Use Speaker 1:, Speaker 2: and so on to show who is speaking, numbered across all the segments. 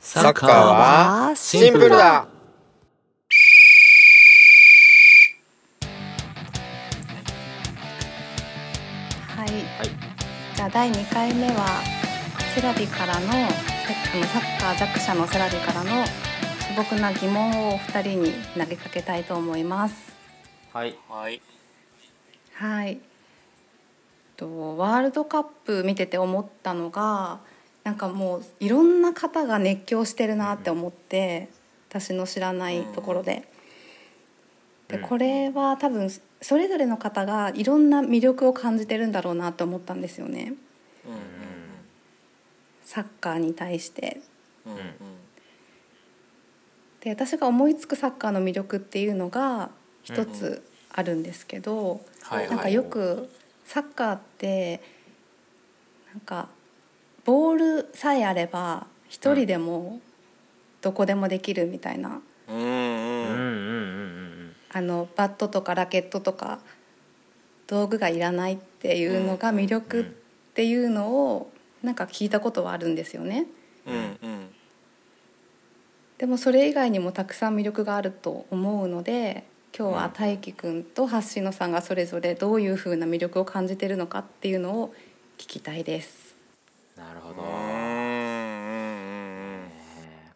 Speaker 1: サッカーはシンプルだ
Speaker 2: はい、じゃあ第2回目はセラビからのあのサッカー弱者のセラビからの素朴な疑問をお二人に投げかけたいと思います。
Speaker 1: はい
Speaker 3: はい。
Speaker 2: はい、えっとワールドカップ見てて思ったのがなんかもういろんな方が熱狂してるなって思って、私の知らないところで。で
Speaker 1: うん
Speaker 2: これは多分それぞれの方がいろんな魅力を感じてるんだろうなと思ったんですよね
Speaker 3: うん
Speaker 2: サッカーに対して。
Speaker 3: うんうん
Speaker 2: で私が思いつくサッカーの魅力っていうのが一つあるんですけど、
Speaker 3: はいはい。
Speaker 2: なんかよくサッカーってなんかボールさえあれば一人でもどこでもできるみたいな、
Speaker 3: うんう
Speaker 1: う
Speaker 3: ん
Speaker 1: んうんう
Speaker 3: うん
Speaker 1: ん
Speaker 2: あのバットとかラケットとか道具がいらないっていうのが魅力っていうのをなんか聞いたことはあるんですよね。
Speaker 3: うんうん
Speaker 2: でもそれ以外にもたくさん魅力があると思うので今日は大輝くんと橋野さんがそれぞれどういう風な魅力を感じてるのかっていうのを聞きたいです。
Speaker 1: なるほ
Speaker 3: う
Speaker 1: ど、
Speaker 3: ん
Speaker 1: え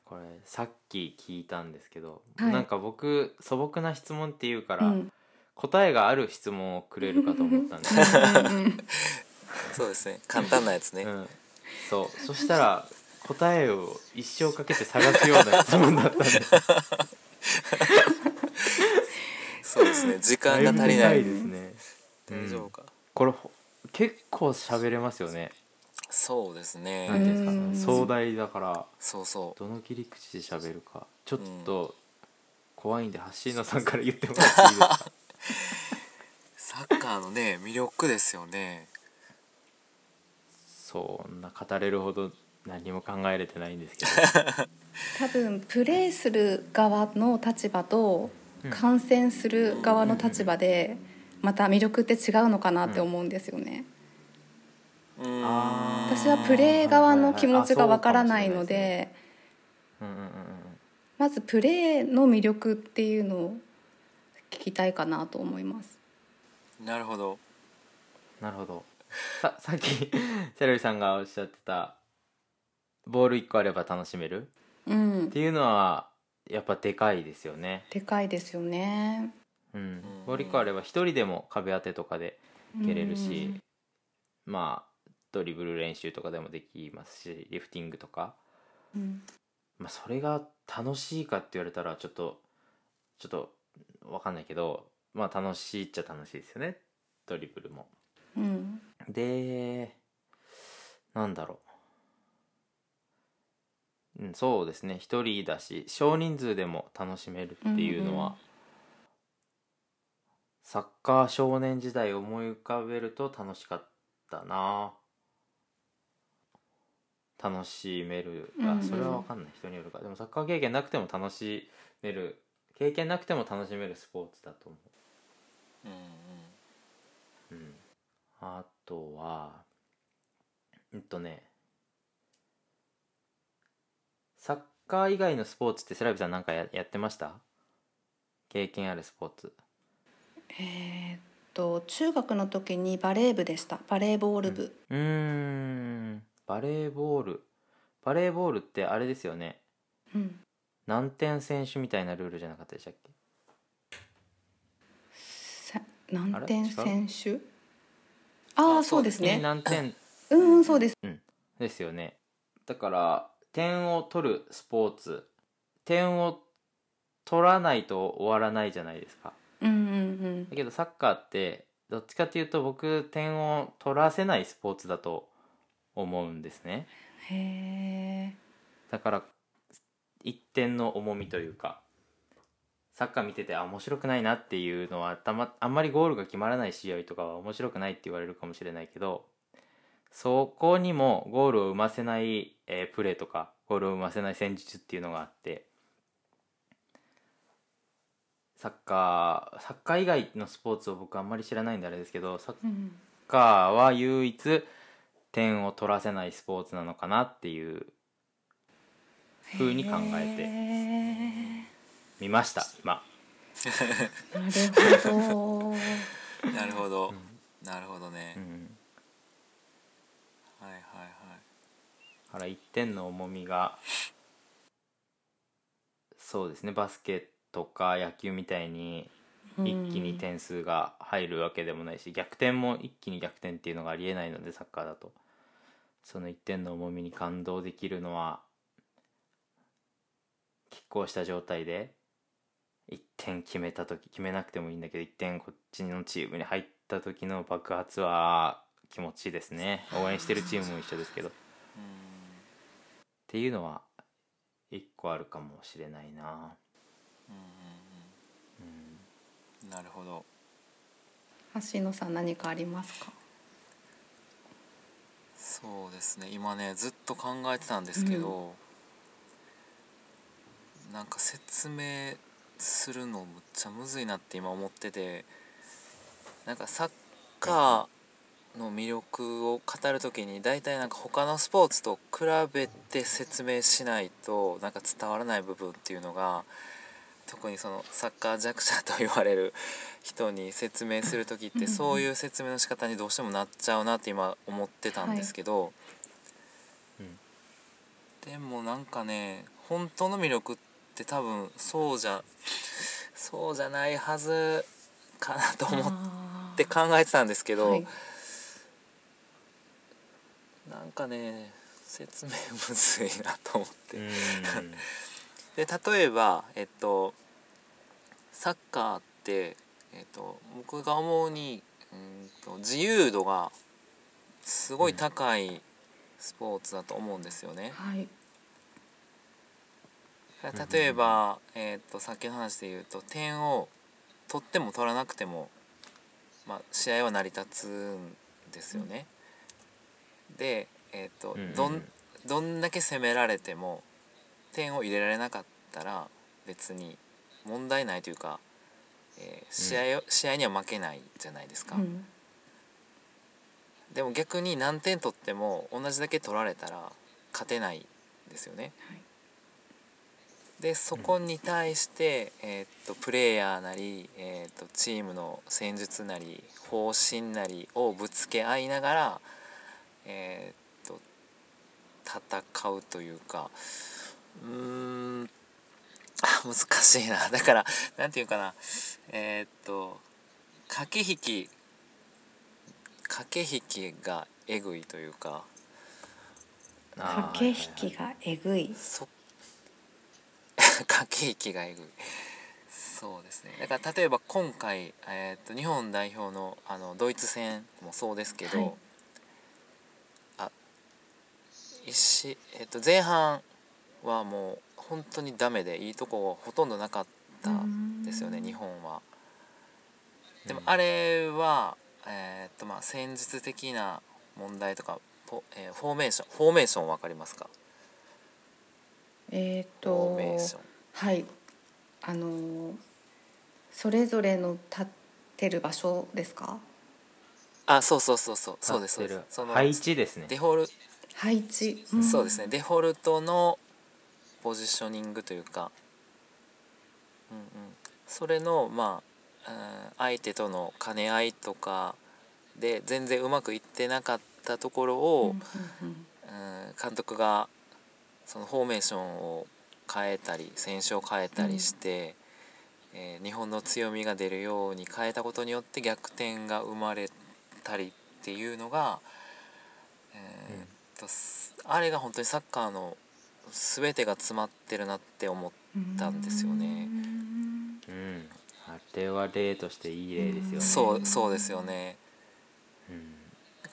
Speaker 1: ーこれさっき聞いたんですけど、
Speaker 2: はい
Speaker 1: なんか僕素朴な質問っていうか
Speaker 2: う
Speaker 1: ら、
Speaker 2: ん、
Speaker 1: 答えがある質問をくれるかと思ったんで、
Speaker 3: そうですね。簡単なやつね
Speaker 1: う。ん、そうそしたら答えを一生かけて探すような質問だったんで
Speaker 3: そうですね。時間が足りな
Speaker 1: だ
Speaker 3: い。
Speaker 1: ぶでですね、うん
Speaker 3: 大丈夫か。
Speaker 1: これほ結構喋れますよね
Speaker 3: そうです
Speaker 1: なん
Speaker 3: ね。
Speaker 1: ていうんですか
Speaker 2: うん
Speaker 1: 壮大だから
Speaker 3: そうそ
Speaker 1: どの切り口で喋るかちょっと怖いんで橋野さんから言ってもらっていいですか
Speaker 3: う。サッカーのね魅力ですよね。
Speaker 1: そんな語れるほど何も考えれてないんですけど
Speaker 2: 多分プレーする側の立場と
Speaker 1: うん
Speaker 2: 観戦する側の立場でまた魅力って違うのかなって思うんですよね。
Speaker 3: うん。
Speaker 1: あー
Speaker 2: 私はプレー側の気持ちがわからないの
Speaker 1: はいはい
Speaker 2: で
Speaker 1: うんうんうん
Speaker 2: まずプレーの魅力っていうのを聞きたいかなと思います。
Speaker 3: なるほど。
Speaker 1: なるほ どささっきセラビさんがおっしゃってたボール1個あれば楽しめる
Speaker 2: うん
Speaker 1: って、いうのはやっぱでかいですよね、
Speaker 2: でかいですよね。
Speaker 1: うん、ボール1個あれば1人でも壁当てとかで蹴れるし、まあドリブル練習とかでもできますしリフティングとか、
Speaker 2: うん、
Speaker 1: まあ、それが楽しいかって言われたらちょっとちょっとわかんないけどまあ楽しいっちゃ楽しいですよねドリブルも。
Speaker 2: うん、
Speaker 1: でなんだろう、うん、そうですね一人だし少人数でも楽しめるっていうのは、
Speaker 2: うんうん
Speaker 1: サッカー少年時代を思い浮かべると楽しかったな楽しめる
Speaker 2: うんう
Speaker 1: あ
Speaker 2: ん
Speaker 1: それは分かんない人によるかでもサッカー経験なくても楽しめる経験なくても楽しめるスポーツだと思う
Speaker 3: うん
Speaker 1: うん、あとはうんとねサッカー以外のスポーツってセラビさんなんかややってました経験あるスポーツ
Speaker 2: えーっと中学の時にバレー部でしたバレーボール部、
Speaker 1: うーんバレーボールバレーボールってあれですよね
Speaker 2: うん、
Speaker 1: 何点選手みたいなルールじゃなかったでしたっけ
Speaker 2: さ何
Speaker 1: あ
Speaker 2: 点
Speaker 1: れ違
Speaker 2: 選手ああそうですね
Speaker 1: 何点
Speaker 2: うんうんそうです
Speaker 1: ですよねだから点を取るスポーツ点を取らないと終わらないじゃないですか
Speaker 2: うんうん
Speaker 1: だけどサッカーってどっちかっていうと僕点を取らせないスポーツだと思うんですね
Speaker 2: うんへえ
Speaker 1: だから一点の重みというかサッカー見ててあ面白くないなっていうのはたまあんまりゴールが決まらない試合とかは面白くないって言われるかもしれないけどそこにもゴールを生ませない、えープレーとかゴールを生ませない戦術っていうのがあってサッカーサッカー以外のスポーツを僕あんまり知らないんであれですけどサッ
Speaker 2: うん
Speaker 1: サッカーは唯一点を取らせないスポーツなのかなっていう風に考えて
Speaker 2: て
Speaker 1: みました今
Speaker 2: なるほど
Speaker 3: なるほ
Speaker 1: う
Speaker 3: ど
Speaker 1: ん、
Speaker 3: なるほどね
Speaker 1: う。ん
Speaker 3: はいはいはい。
Speaker 1: だから1点の重みがそうですねバスケとか野球みたいに
Speaker 2: うん
Speaker 1: 一気に点数が入るわけでもないし、逆転も一気に逆転っていうのがありえないのでサッカーだとその1点の重みに感動できるのは拮抗した状態で1点決めた時決めなくてもいいんだけど1点こっちのチームに入った時の爆発は気持ちいいですね応援してるチームも一緒ですけどっ
Speaker 3: う
Speaker 1: ていうのは1個あるかもしれないな、
Speaker 3: ん。うん
Speaker 1: うん
Speaker 3: うんうん。なるほど。
Speaker 2: 橋野さん何かありますか
Speaker 3: そうですね。今ね、ずっと考えてたんですけど。なんか説明するのむっちゃむずいなって今思ってて。なんかサッカーの魅力を語るときに大体なんか他のスポーツと比べて説明しないとなんか伝わらない部分っていうのが特にそのサッカー弱者と言われる人に説明する時っ
Speaker 2: うんう
Speaker 3: て
Speaker 2: ん
Speaker 3: そういう説明の仕方にどうしてもなっちゃうなって今思ってたんですけど、
Speaker 1: うん
Speaker 3: でもなんかね本当の魅力って多分そうじゃそうじゃないはずかなと思っ
Speaker 2: あー
Speaker 3: て考えてたんですけど、
Speaker 2: はい
Speaker 3: なんかね説明むずいなと思って、
Speaker 1: うん
Speaker 3: で例えばえっとサッカーって、えっと、僕が思うにうんと自由度がすごい高いスポーツだと思うんですよね。
Speaker 2: はい
Speaker 3: 例えば、えっとさっきの話で言うと点を取っても取らなくても、まあ、試合は成り立つんですよね。で、えっと
Speaker 1: うん
Speaker 3: どんどんだけ攻められても点を入れられなかったら別に問題ないというか、えー試合を、試合には負けないじゃないですか、
Speaker 2: うん
Speaker 3: でも逆に何点取っても同じだけ取られたら勝てないですよね
Speaker 2: はい
Speaker 3: でそこに対して、えーっとプレイヤーなり、えーっとチームの戦術なり方針なりをぶつけ合いながら、えーっと戦うというかうーんあ難しいなだからなんていうかなえーっと駆け引き駆け引きがえぐいというか
Speaker 1: あー
Speaker 2: 駆け引きがえぐい
Speaker 3: そ駆け引きがえぐいそうですねだから例えば今回、えー、と日本代表のあのドイツ戦もそうですけど、
Speaker 2: はい
Speaker 3: あ一し、えー、と前半はもう本当にダメでいいとこほとんどなかったですよね
Speaker 2: うん
Speaker 3: 日本は。でも
Speaker 1: うん
Speaker 3: あれは、えーっとまあ、戦術的な問題とかポ、えーフォーメーションフォーメーション分かりますか
Speaker 2: えっ、
Speaker 3: フォー
Speaker 2: と
Speaker 3: メーション
Speaker 2: はいあのーそれぞれの立ってる場所ですか
Speaker 3: あそうそうそうそうそうですそう
Speaker 1: 立って
Speaker 3: です
Speaker 1: る
Speaker 3: その
Speaker 1: 配置ですね
Speaker 3: デフォル、
Speaker 2: 配置、ん
Speaker 3: そうですねデフォルトのポジショニングというか、うんうん、それのまあ、うん相手との兼ね合いとかで全然うまくいってなかったところを、
Speaker 2: うんうん
Speaker 3: うん監督がそのフォーメーションを変えたり選手を変えたりして、えー日本の強みが出るように変えたことによって逆転が生まれたりっていうのが、えーっとすあれが本当にサッカーの全てが詰まってるなって思って
Speaker 2: うん
Speaker 3: たんですよね
Speaker 2: うん
Speaker 1: うん、あれは例としていい例ですよね。
Speaker 3: そうそうですよね。
Speaker 1: うん、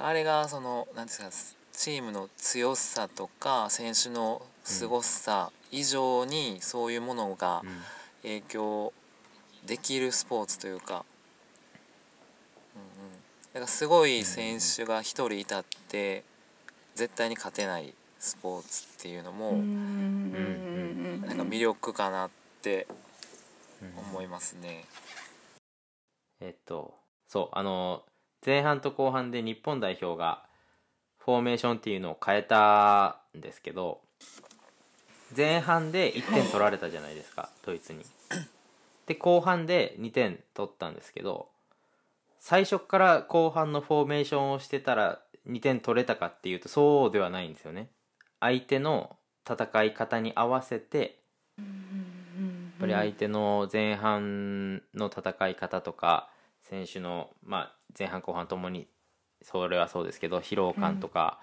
Speaker 3: あれがそのなんていうんですかチームの強さとか選手の凄さ以上にそういうものが
Speaker 1: うん
Speaker 3: 影響できるスポーツというか、うんうん、だからすごい選手が一人いたって絶対に勝てないスポーツっていうの
Speaker 2: う
Speaker 3: も
Speaker 2: んう
Speaker 3: なんか魅力かなって
Speaker 1: うん
Speaker 3: 思いますね。
Speaker 1: えっと、そう、あの、前半と後半で日本代表がフォーメーションっていうのを変えたんですけど、前半で1点取られたじゃないですかドイツに。で後半で2点取ったんですけど最初から後半のフォーメーションをしてたら2点取れたかっていうとそうではないんですよね。相手の戦い方に合わせて
Speaker 2: うん
Speaker 1: やっぱり相手の前半の戦い方とか選手の、まあ、前半後半ともにそれはそうですけど疲労感とか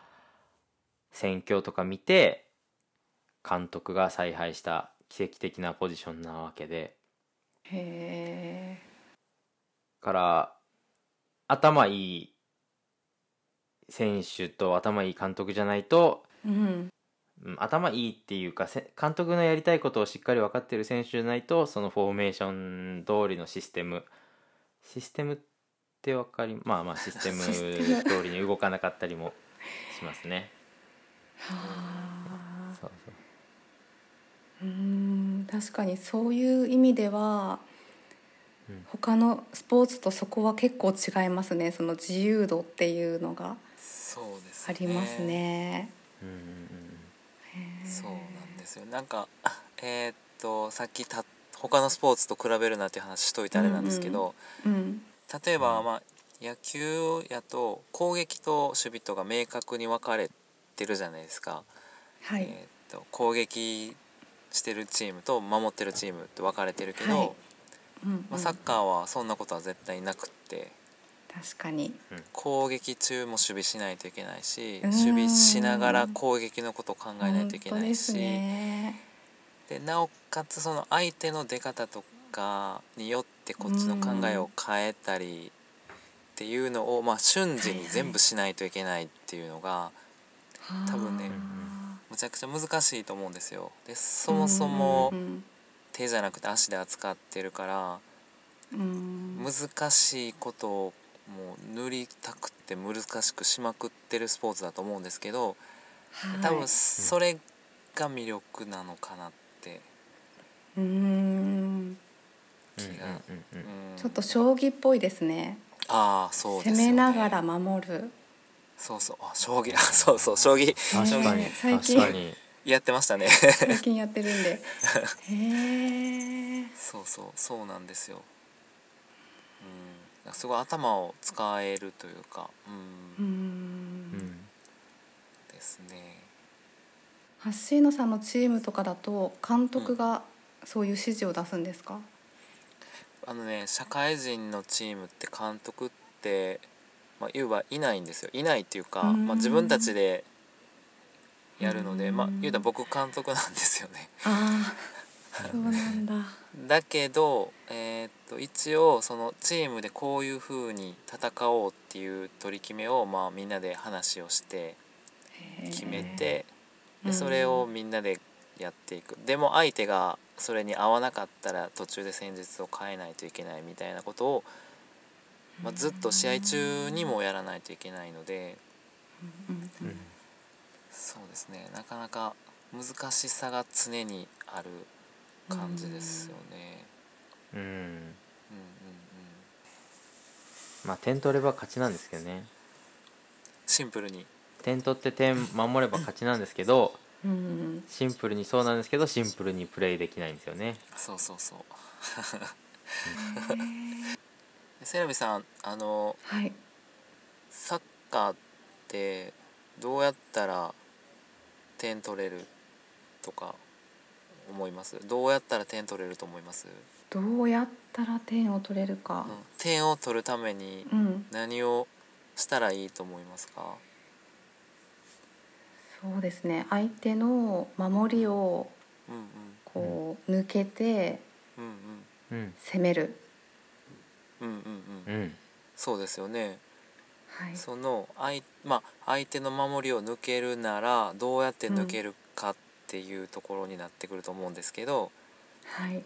Speaker 1: 戦況とか見て監督が采配した奇跡的なポジションなわけで
Speaker 2: へ
Speaker 1: から頭いい選手と頭いい監督じゃないと
Speaker 2: えうん
Speaker 1: うん頭いいっていうかせ監督のやりたいことをしっかり分かってる選手じゃないとそのフォーメーション通りのシステムシステムって分かりまあま あシステム
Speaker 2: システム
Speaker 1: 通りに動かなかったりもしますね。
Speaker 2: はあ
Speaker 1: そうそう
Speaker 2: うん確かにそういう意味では
Speaker 1: うん
Speaker 2: 他のスポーツとそこは結構違いますねその自由度っていうのが
Speaker 3: そうです
Speaker 2: ありますね。
Speaker 1: うんうん
Speaker 2: へえ
Speaker 3: そうなんですよなんか あえーっとさっきた他のスポーツと比べるなっていう話しといてあれなんですけど、
Speaker 2: うん
Speaker 3: 例えば、
Speaker 1: うん
Speaker 3: まあ、野球やと攻撃と守備とが明確に分かれてるじゃないですか、
Speaker 2: はい、
Speaker 3: えーっと攻撃してるチームと守ってるチームって分かれてるけど、
Speaker 2: はいうんうん
Speaker 3: まあ、サッカーはそんなことは絶対なくって
Speaker 2: 確かに
Speaker 3: 攻撃中も守備しないといけないし
Speaker 2: うん
Speaker 3: 守備しながら攻撃のことを考えないといけ
Speaker 2: 本当
Speaker 3: な
Speaker 2: で
Speaker 3: い
Speaker 2: す
Speaker 3: し、
Speaker 2: ね
Speaker 3: でなおかつその相手の出方とかによってこっちの考えを変えたりっていうのを、まあ、瞬時に全部しないといけないっていうのが多分ね
Speaker 2: は
Speaker 3: むちゃくちゃ難しいと思うんですよ。で
Speaker 2: あ
Speaker 3: そもそも
Speaker 2: うん
Speaker 3: 手じゃなくて足で扱ってるから
Speaker 2: うん
Speaker 3: 難しいことをもう塗りたくって難しくしまくってるスポーツだと思うんですけど多分それが魅力なのかなって、
Speaker 2: うーん
Speaker 1: うんうんうんうんうん
Speaker 3: うん
Speaker 2: ちょっと将棋っぽいですね
Speaker 3: ああそう
Speaker 2: 攻
Speaker 3: ですよね
Speaker 2: めながら守る
Speaker 3: そうそうあ将棋あ そうそう将棋
Speaker 1: 確かに
Speaker 2: ね最
Speaker 1: 確
Speaker 2: 近
Speaker 1: かに
Speaker 3: やってましたね
Speaker 2: 最近やってるん でへえ
Speaker 3: そうそうそうなんですようんすごい頭を使えるというかう
Speaker 2: うんん
Speaker 3: ですね
Speaker 2: ハッシーノさんのチームとかだと監督がそういう指示を出すんですか
Speaker 3: あのね社会人のチームって監督ってまあ言うはいないんですよいないっていうか、
Speaker 2: うん
Speaker 3: まあ、自分たちでやるので、まあ
Speaker 2: うん
Speaker 3: 言うたら僕監督なんですよね
Speaker 2: あ あそうなんだ
Speaker 3: だけど、えーっと一応そのチームでこういう風に戦おうっていう取り決めを、まあ、みんなで話をして
Speaker 2: へー
Speaker 3: 決めて、
Speaker 2: うん
Speaker 3: でそれをみんなでやっていく、でも相手がそれに合わなかったら途中で戦術を変えないといけないみたいなことを、まあ、ずっと試合中にもやらないといけないので
Speaker 2: うんうん
Speaker 1: うん
Speaker 3: そうですねなかなか難しさが常にある感じですよね。
Speaker 1: うん
Speaker 3: うんうんうん、
Speaker 1: まあ点取れば勝ちなんですけどね
Speaker 3: シンプルに
Speaker 1: 点取って点守れば勝ちなんですけど
Speaker 2: うん
Speaker 1: シンプルにそうなんですけどシンプルにプレイできないんですよね。
Speaker 3: そうそうそう。セラビさん、あの
Speaker 2: はい
Speaker 3: サッカーってどうやったら点取れるとか思います？どうやったら点取れると思います？
Speaker 2: どうやったら点を取れるか
Speaker 3: うん、点を取るために
Speaker 2: うん
Speaker 3: 何をしたらいいと思いますか？
Speaker 2: そうですね相手の守りを
Speaker 3: うんうん
Speaker 2: こう抜けて
Speaker 3: うん
Speaker 1: うん
Speaker 2: 攻める、
Speaker 3: うんうんうんう。
Speaker 1: うんん
Speaker 3: そうですよね。
Speaker 2: はい、
Speaker 3: その相まあ相手の守りを抜けるならどうやって抜けるかっていうところになってくると思うんですけど。
Speaker 2: はい、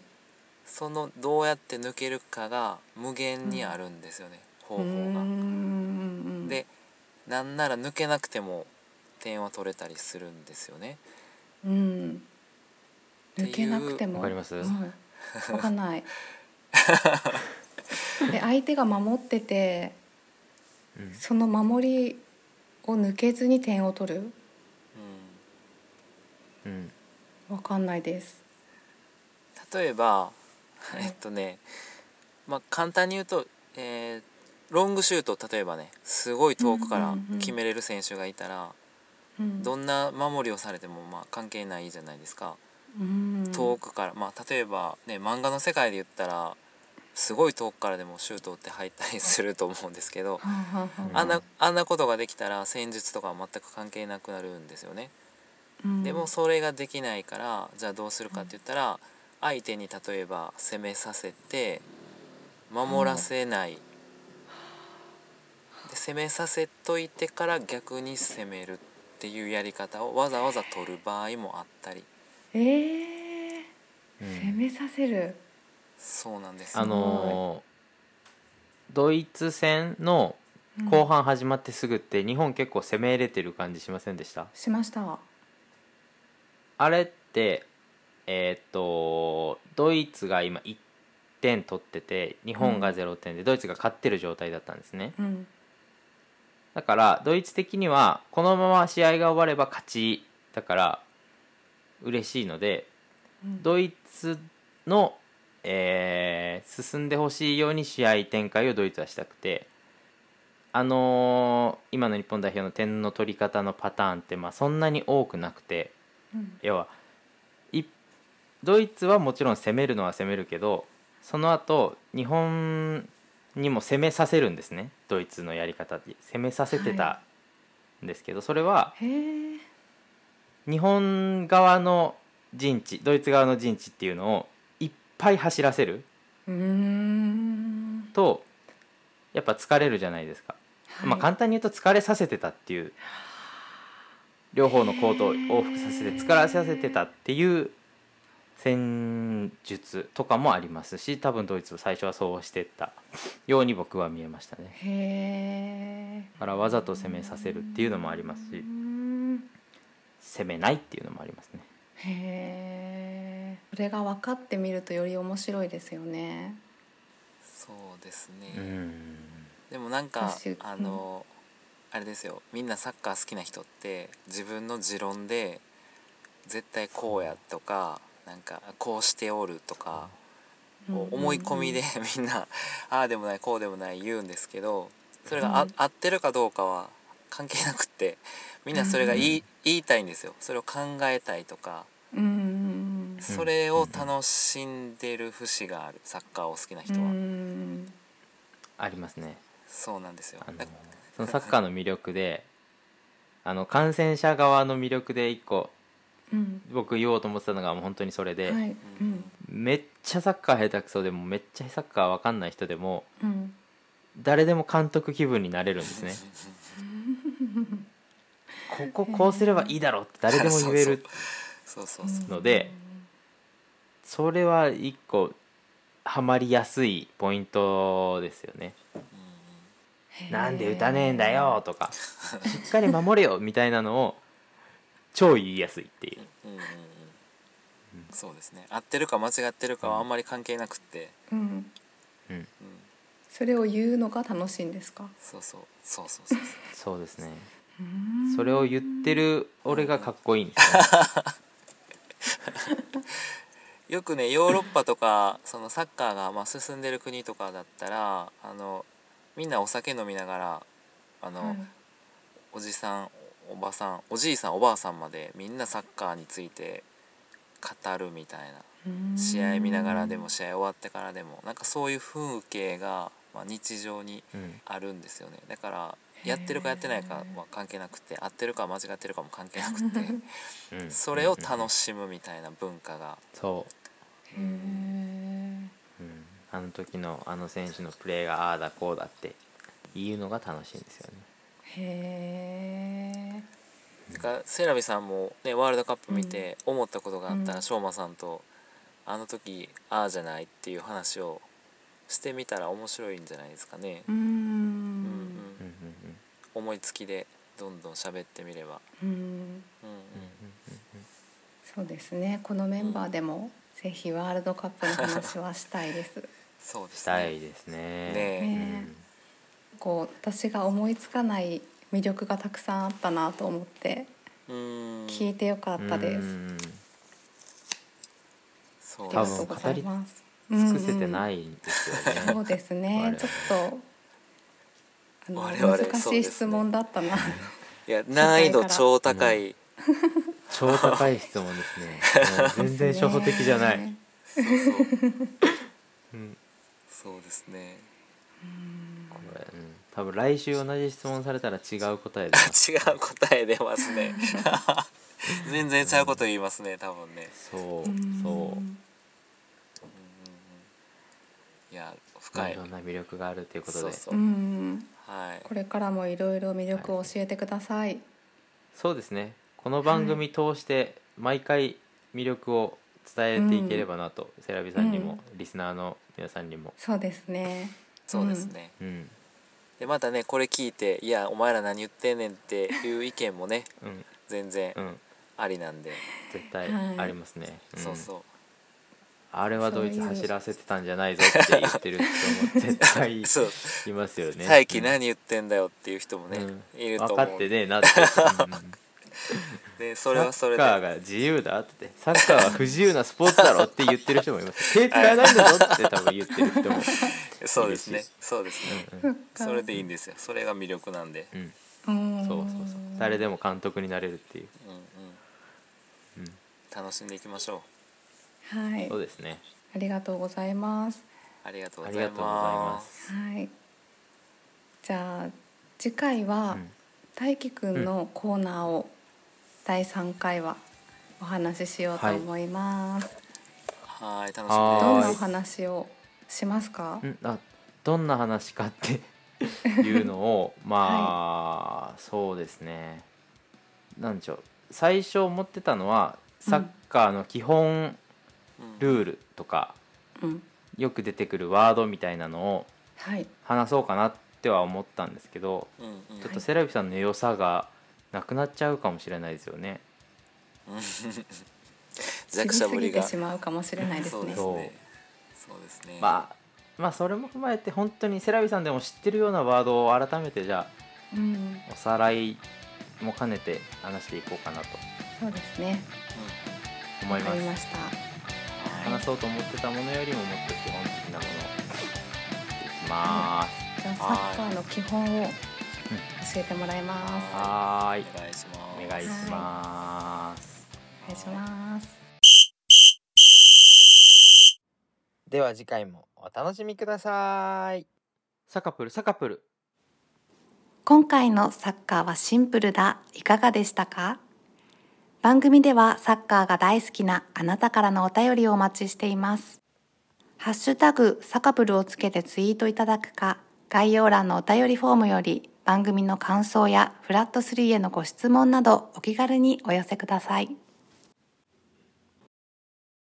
Speaker 3: そのどうやって抜けるかが無限にあるんですよね、
Speaker 2: うー
Speaker 3: 方法
Speaker 2: ん
Speaker 3: が。でなんなら抜けなくても点は取れたりするんですよね。
Speaker 2: うん、
Speaker 3: ていう
Speaker 2: 抜けなくても
Speaker 1: わかります
Speaker 2: はいわかんない で相手が守ってて
Speaker 1: うん
Speaker 2: その守りを抜けずに点を取る
Speaker 1: う
Speaker 3: うん、
Speaker 1: ん
Speaker 2: わかんないです。
Speaker 3: 例えば、
Speaker 2: はい
Speaker 3: えっとね、まあ、簡単に言うと、えーロングシュート例えばねすごい遠くか
Speaker 2: う
Speaker 3: ら
Speaker 2: んうんうん
Speaker 3: 決めれる選手がいたら、
Speaker 2: うん
Speaker 3: どんな守りをされてもまあ関係ないじゃないですか、
Speaker 2: うん
Speaker 3: 遠くから、まあ、例えば、ね、漫画の世界で言ったらすごい遠くからでもシュートって入ったりすると思うんですけど、
Speaker 2: はあはあはあ
Speaker 3: あん
Speaker 1: う
Speaker 3: なんあんなことができたら戦術とかは全く関係なくなるんですよね。
Speaker 2: うん
Speaker 3: でもそれができないからじゃあどうするかって言ったら相手に例えば攻めさせて守らせない、で攻めさせといてから逆に攻めるっていうやり方をわざわざ取る場合もあったり
Speaker 2: ええ
Speaker 1: うん
Speaker 2: 攻めさせる。
Speaker 3: そうなんです
Speaker 1: あ
Speaker 3: よ
Speaker 1: のードイツ戦の後半始まってすぐって日本結構攻め入れてる感じしませんでした
Speaker 2: しました。
Speaker 1: あれってえーっとドイツが今1点取ってて日本が0点でドイツが勝ってる状態だったんですね
Speaker 2: うん。
Speaker 1: だからドイツ的にはこのまま試合が終われば勝ちだから嬉しいので
Speaker 2: うん
Speaker 1: ドイツの、えー進んでほしいように試合展開をドイツはしたくて、あのー今の日本代表の点の取り方のパターンって、まあ、そんなに多くなくて
Speaker 2: うん
Speaker 1: 要はいドイツはもちろん攻めるのは攻めるけどその後日本にも攻めさせるんですねドイツのやり方って攻めさせてた
Speaker 2: は
Speaker 1: んですけど、それは
Speaker 2: へえ。
Speaker 1: 日本側の陣地ドイツ側の陣地っていうのをいっぱい走らせる
Speaker 2: うーん。
Speaker 1: とやっぱ疲れるじゃないですか、
Speaker 2: はい
Speaker 1: まあ簡単に言うと疲れさせてたっていう両方のコートを往復させて疲れさせてたっていう戦術とかもありますし多分ドイツは最初はそうしてったように僕は見えましたね
Speaker 2: へえ。
Speaker 1: だからわざと攻めさせるっていうのもあります
Speaker 2: うー
Speaker 1: し
Speaker 2: ん
Speaker 1: 攻めないっていうのもありますね
Speaker 2: へえ。それが分かってみるとより面白いですよね。
Speaker 3: そうです
Speaker 1: う
Speaker 3: ね、
Speaker 1: ん
Speaker 3: でもなんか
Speaker 2: 私
Speaker 3: あの、あれですよみんなサッカー好きな人って自分の持論で絶対こうやとかなんかこうしておるとかこう思い込みでみんなああでもないこうでもない言うんですけどそれがあ
Speaker 2: うん
Speaker 3: 合ってるかどうかは関係なくってみんなそれが言い言いたいんですよそれを考えたいとか
Speaker 2: うんうん
Speaker 3: それを楽しんでる節があるサッカーを好き
Speaker 2: うん
Speaker 3: な
Speaker 2: う
Speaker 3: 人
Speaker 2: ん。う
Speaker 3: は
Speaker 2: ん
Speaker 1: ありますね
Speaker 3: そうなんですよ
Speaker 1: あの
Speaker 3: だ
Speaker 1: そのサッカーの魅力であの感染者側の魅力で一個
Speaker 2: うん。
Speaker 1: 僕言おうと思ってたのがもう本当にそれで、
Speaker 2: はい。うん
Speaker 1: めっちゃサッカー下手くそでもめっちゃサッカーわかんない人でも
Speaker 2: うん。
Speaker 1: 誰でも監督気分になれるん ですねこここうすればいいだろうって誰でも言える
Speaker 3: そうそうそう
Speaker 1: のでそれは一個ハマりやすいポイントですよね
Speaker 2: へー
Speaker 1: なんで打たねえんだよとかしっかり守れよみたいなのを超言いやすいっていう
Speaker 3: うんうんうんそうですね合ってるか間違ってるかはあんまり関係なくって、
Speaker 2: うん。
Speaker 1: うん
Speaker 3: うん、
Speaker 2: それを言うのが楽しいんですか。
Speaker 3: そうそうそうそう そうそう
Speaker 1: そうですね
Speaker 2: うーん
Speaker 1: それを言ってる俺がかっこいいんですね
Speaker 3: よくねヨーロッパとかそのサッカーがまあ進んでる国とかだったらあのみんなお酒飲みながらあの、
Speaker 2: はい
Speaker 3: おじさんおばさんおじいさんおばあさんまでみんなサッカーについて語るみたいな試合見ながらでも試合終わってからでもなんかそういう風景が、まあ、日常に
Speaker 1: うん
Speaker 3: あるんですよねだからやってるかやってないかは関係なくて合ってるか間違ってるかも関係なくて
Speaker 1: うん
Speaker 3: それを楽
Speaker 1: し
Speaker 3: しむみたいな文化が
Speaker 1: そう
Speaker 2: へー
Speaker 1: うんあの時のあの選手のプレーがああだこうだって言うのが楽しいんですよね。
Speaker 2: へ
Speaker 3: てかセラビさんも、ね、ワールドカップ見て思ったことがあった
Speaker 2: う
Speaker 3: ら
Speaker 2: ん
Speaker 3: しょうまさんとあの時ああじゃないっていう話をしてみたら面白いんじゃないですかね
Speaker 2: ー。うー
Speaker 3: うんうん
Speaker 1: うんうん
Speaker 3: ん、思いつきでどんどん喋ってみれば。
Speaker 2: うん
Speaker 3: うん
Speaker 1: うんうん
Speaker 2: そうですねこのメンバーでもぜひワールドカップの話はしたいです
Speaker 3: そうで
Speaker 1: し
Speaker 3: す
Speaker 1: たい
Speaker 3: ね。
Speaker 1: ですね。
Speaker 3: ね
Speaker 2: ねこう私が思いつかない魅力がたくさんあったなと思って
Speaker 3: うん。
Speaker 2: 聞いてよか
Speaker 1: あ
Speaker 2: ったです、
Speaker 1: す。
Speaker 3: そう
Speaker 2: ありがとうございます。
Speaker 1: 尽くせて
Speaker 2: い、
Speaker 1: ないんですよね、
Speaker 2: そうですね。ちょっとあの
Speaker 3: 我々
Speaker 2: 難
Speaker 3: そう
Speaker 2: し
Speaker 3: で
Speaker 2: い
Speaker 3: すね
Speaker 2: 質問だったな。
Speaker 3: いや難易度超高い、
Speaker 1: 超高い質問ですねもう全然初歩的じゃない、
Speaker 2: ね
Speaker 3: そうそう
Speaker 1: うん
Speaker 3: そうですね
Speaker 1: これうん、多分来週同じ質問されたら違う答えだ
Speaker 3: 違う答え出ますね 全然ちゃうこと言いますね多分ね
Speaker 1: そう
Speaker 2: うん
Speaker 1: そう
Speaker 3: いや深
Speaker 1: い
Speaker 3: い
Speaker 1: ろんな魅力があるということでそうう
Speaker 3: そそうう、
Speaker 2: ん。
Speaker 3: はい
Speaker 2: これからもいろいろ魅力を教えてください。
Speaker 1: ですねこの番組通して毎回魅力を伝えていければなと、セラビさんにも、リスナーの皆さんにも、
Speaker 2: そうですね。
Speaker 3: そうですね、
Speaker 1: うん
Speaker 3: でまたねこれ聞いて「いやお前ら何言ってんねん」っていう意見もね
Speaker 1: うん
Speaker 3: 全然
Speaker 1: うん、
Speaker 3: ありなんで、
Speaker 1: 絶対
Speaker 2: はい
Speaker 1: ありますね、ん
Speaker 3: そうそう
Speaker 1: あれはドイツ
Speaker 2: そういう
Speaker 1: 走らせてたんじゃないぞって言ってる人も絶対
Speaker 3: そう
Speaker 1: いますよね
Speaker 3: 最近何言ってんだよっていう人もね、
Speaker 1: うん
Speaker 3: いると
Speaker 1: 分
Speaker 3: 思
Speaker 1: か
Speaker 3: う
Speaker 1: ってねえなって、うん
Speaker 3: で それはそれで
Speaker 1: サッカーが自由だってサッカーは不自由なスポーツだろって言ってる人もいます手使えないんだぞって多分言ってる 人も
Speaker 3: そうですね
Speaker 1: 嬉しい
Speaker 3: そうですね
Speaker 1: うん
Speaker 3: それでいいんですよそれが魅力なんで、
Speaker 1: うん
Speaker 2: うん。
Speaker 1: そうそうそう誰でも監督になれるっていう、
Speaker 3: うんうん、
Speaker 1: うん
Speaker 3: 楽しんでいきましょ
Speaker 2: はい
Speaker 1: そう。ですね
Speaker 2: ありがとうございます。
Speaker 3: うありがとう
Speaker 1: あ
Speaker 3: ご
Speaker 1: り
Speaker 3: ざ
Speaker 1: が
Speaker 3: い
Speaker 1: とうございま
Speaker 3: ます
Speaker 1: す
Speaker 2: はい。じゃあ次回は、
Speaker 1: うん
Speaker 2: 大輝くんのコーナーを第三回はお話ししようと思います。
Speaker 3: はーい楽しみ
Speaker 2: どん
Speaker 3: です
Speaker 1: は
Speaker 2: な
Speaker 1: ー
Speaker 2: お
Speaker 1: い
Speaker 2: 話をしますか
Speaker 1: う？んあどんな話かっていうのをまあ、そうですねなんでしょう最初思ってたのはサッカーの基本
Speaker 3: うん
Speaker 1: ルールとか、
Speaker 2: うん、
Speaker 1: よく出てくるワードみたいなのを
Speaker 2: はい。
Speaker 1: 話そうかなっては思ったんですけど、
Speaker 3: うんうん
Speaker 1: ちょっとセラビさんの良さがなくなっちゃうかもしれないですよね。
Speaker 3: 弱者ぶり
Speaker 2: 知
Speaker 3: が
Speaker 2: すぎてしまうかもしれないです
Speaker 3: そう
Speaker 2: ね
Speaker 3: で。すねそうですね
Speaker 1: まあまあそれも踏まえて本当にセラビさんでも知ってるようなワードを改めてじゃ
Speaker 2: うん、
Speaker 1: あおさらいも兼ねて話していこうかなと
Speaker 2: そうですね。
Speaker 1: 思い
Speaker 2: わか
Speaker 1: ま
Speaker 2: り
Speaker 1: す。
Speaker 2: ました。
Speaker 3: うん
Speaker 1: 話そうと思ってたものよりももっと基本的なものいきます。
Speaker 2: じゃあサッカーの基本を教えてもらいます。
Speaker 3: は
Speaker 2: お
Speaker 1: はーい
Speaker 3: お願いします
Speaker 1: お願い
Speaker 2: 願
Speaker 1: します。
Speaker 2: いします。
Speaker 1: では次回もお楽しみください。サカプルサカプル。
Speaker 2: 今回のサッカーはシンプルだいかがでしたか番組ではサッカーが大好きなあなたからのお便りをお待ちしていますハッシュタグサカプルをつけてツイートいただくか概要欄のお便りフォームより番組の感想やフラット3へのご質問などお気軽にお寄せください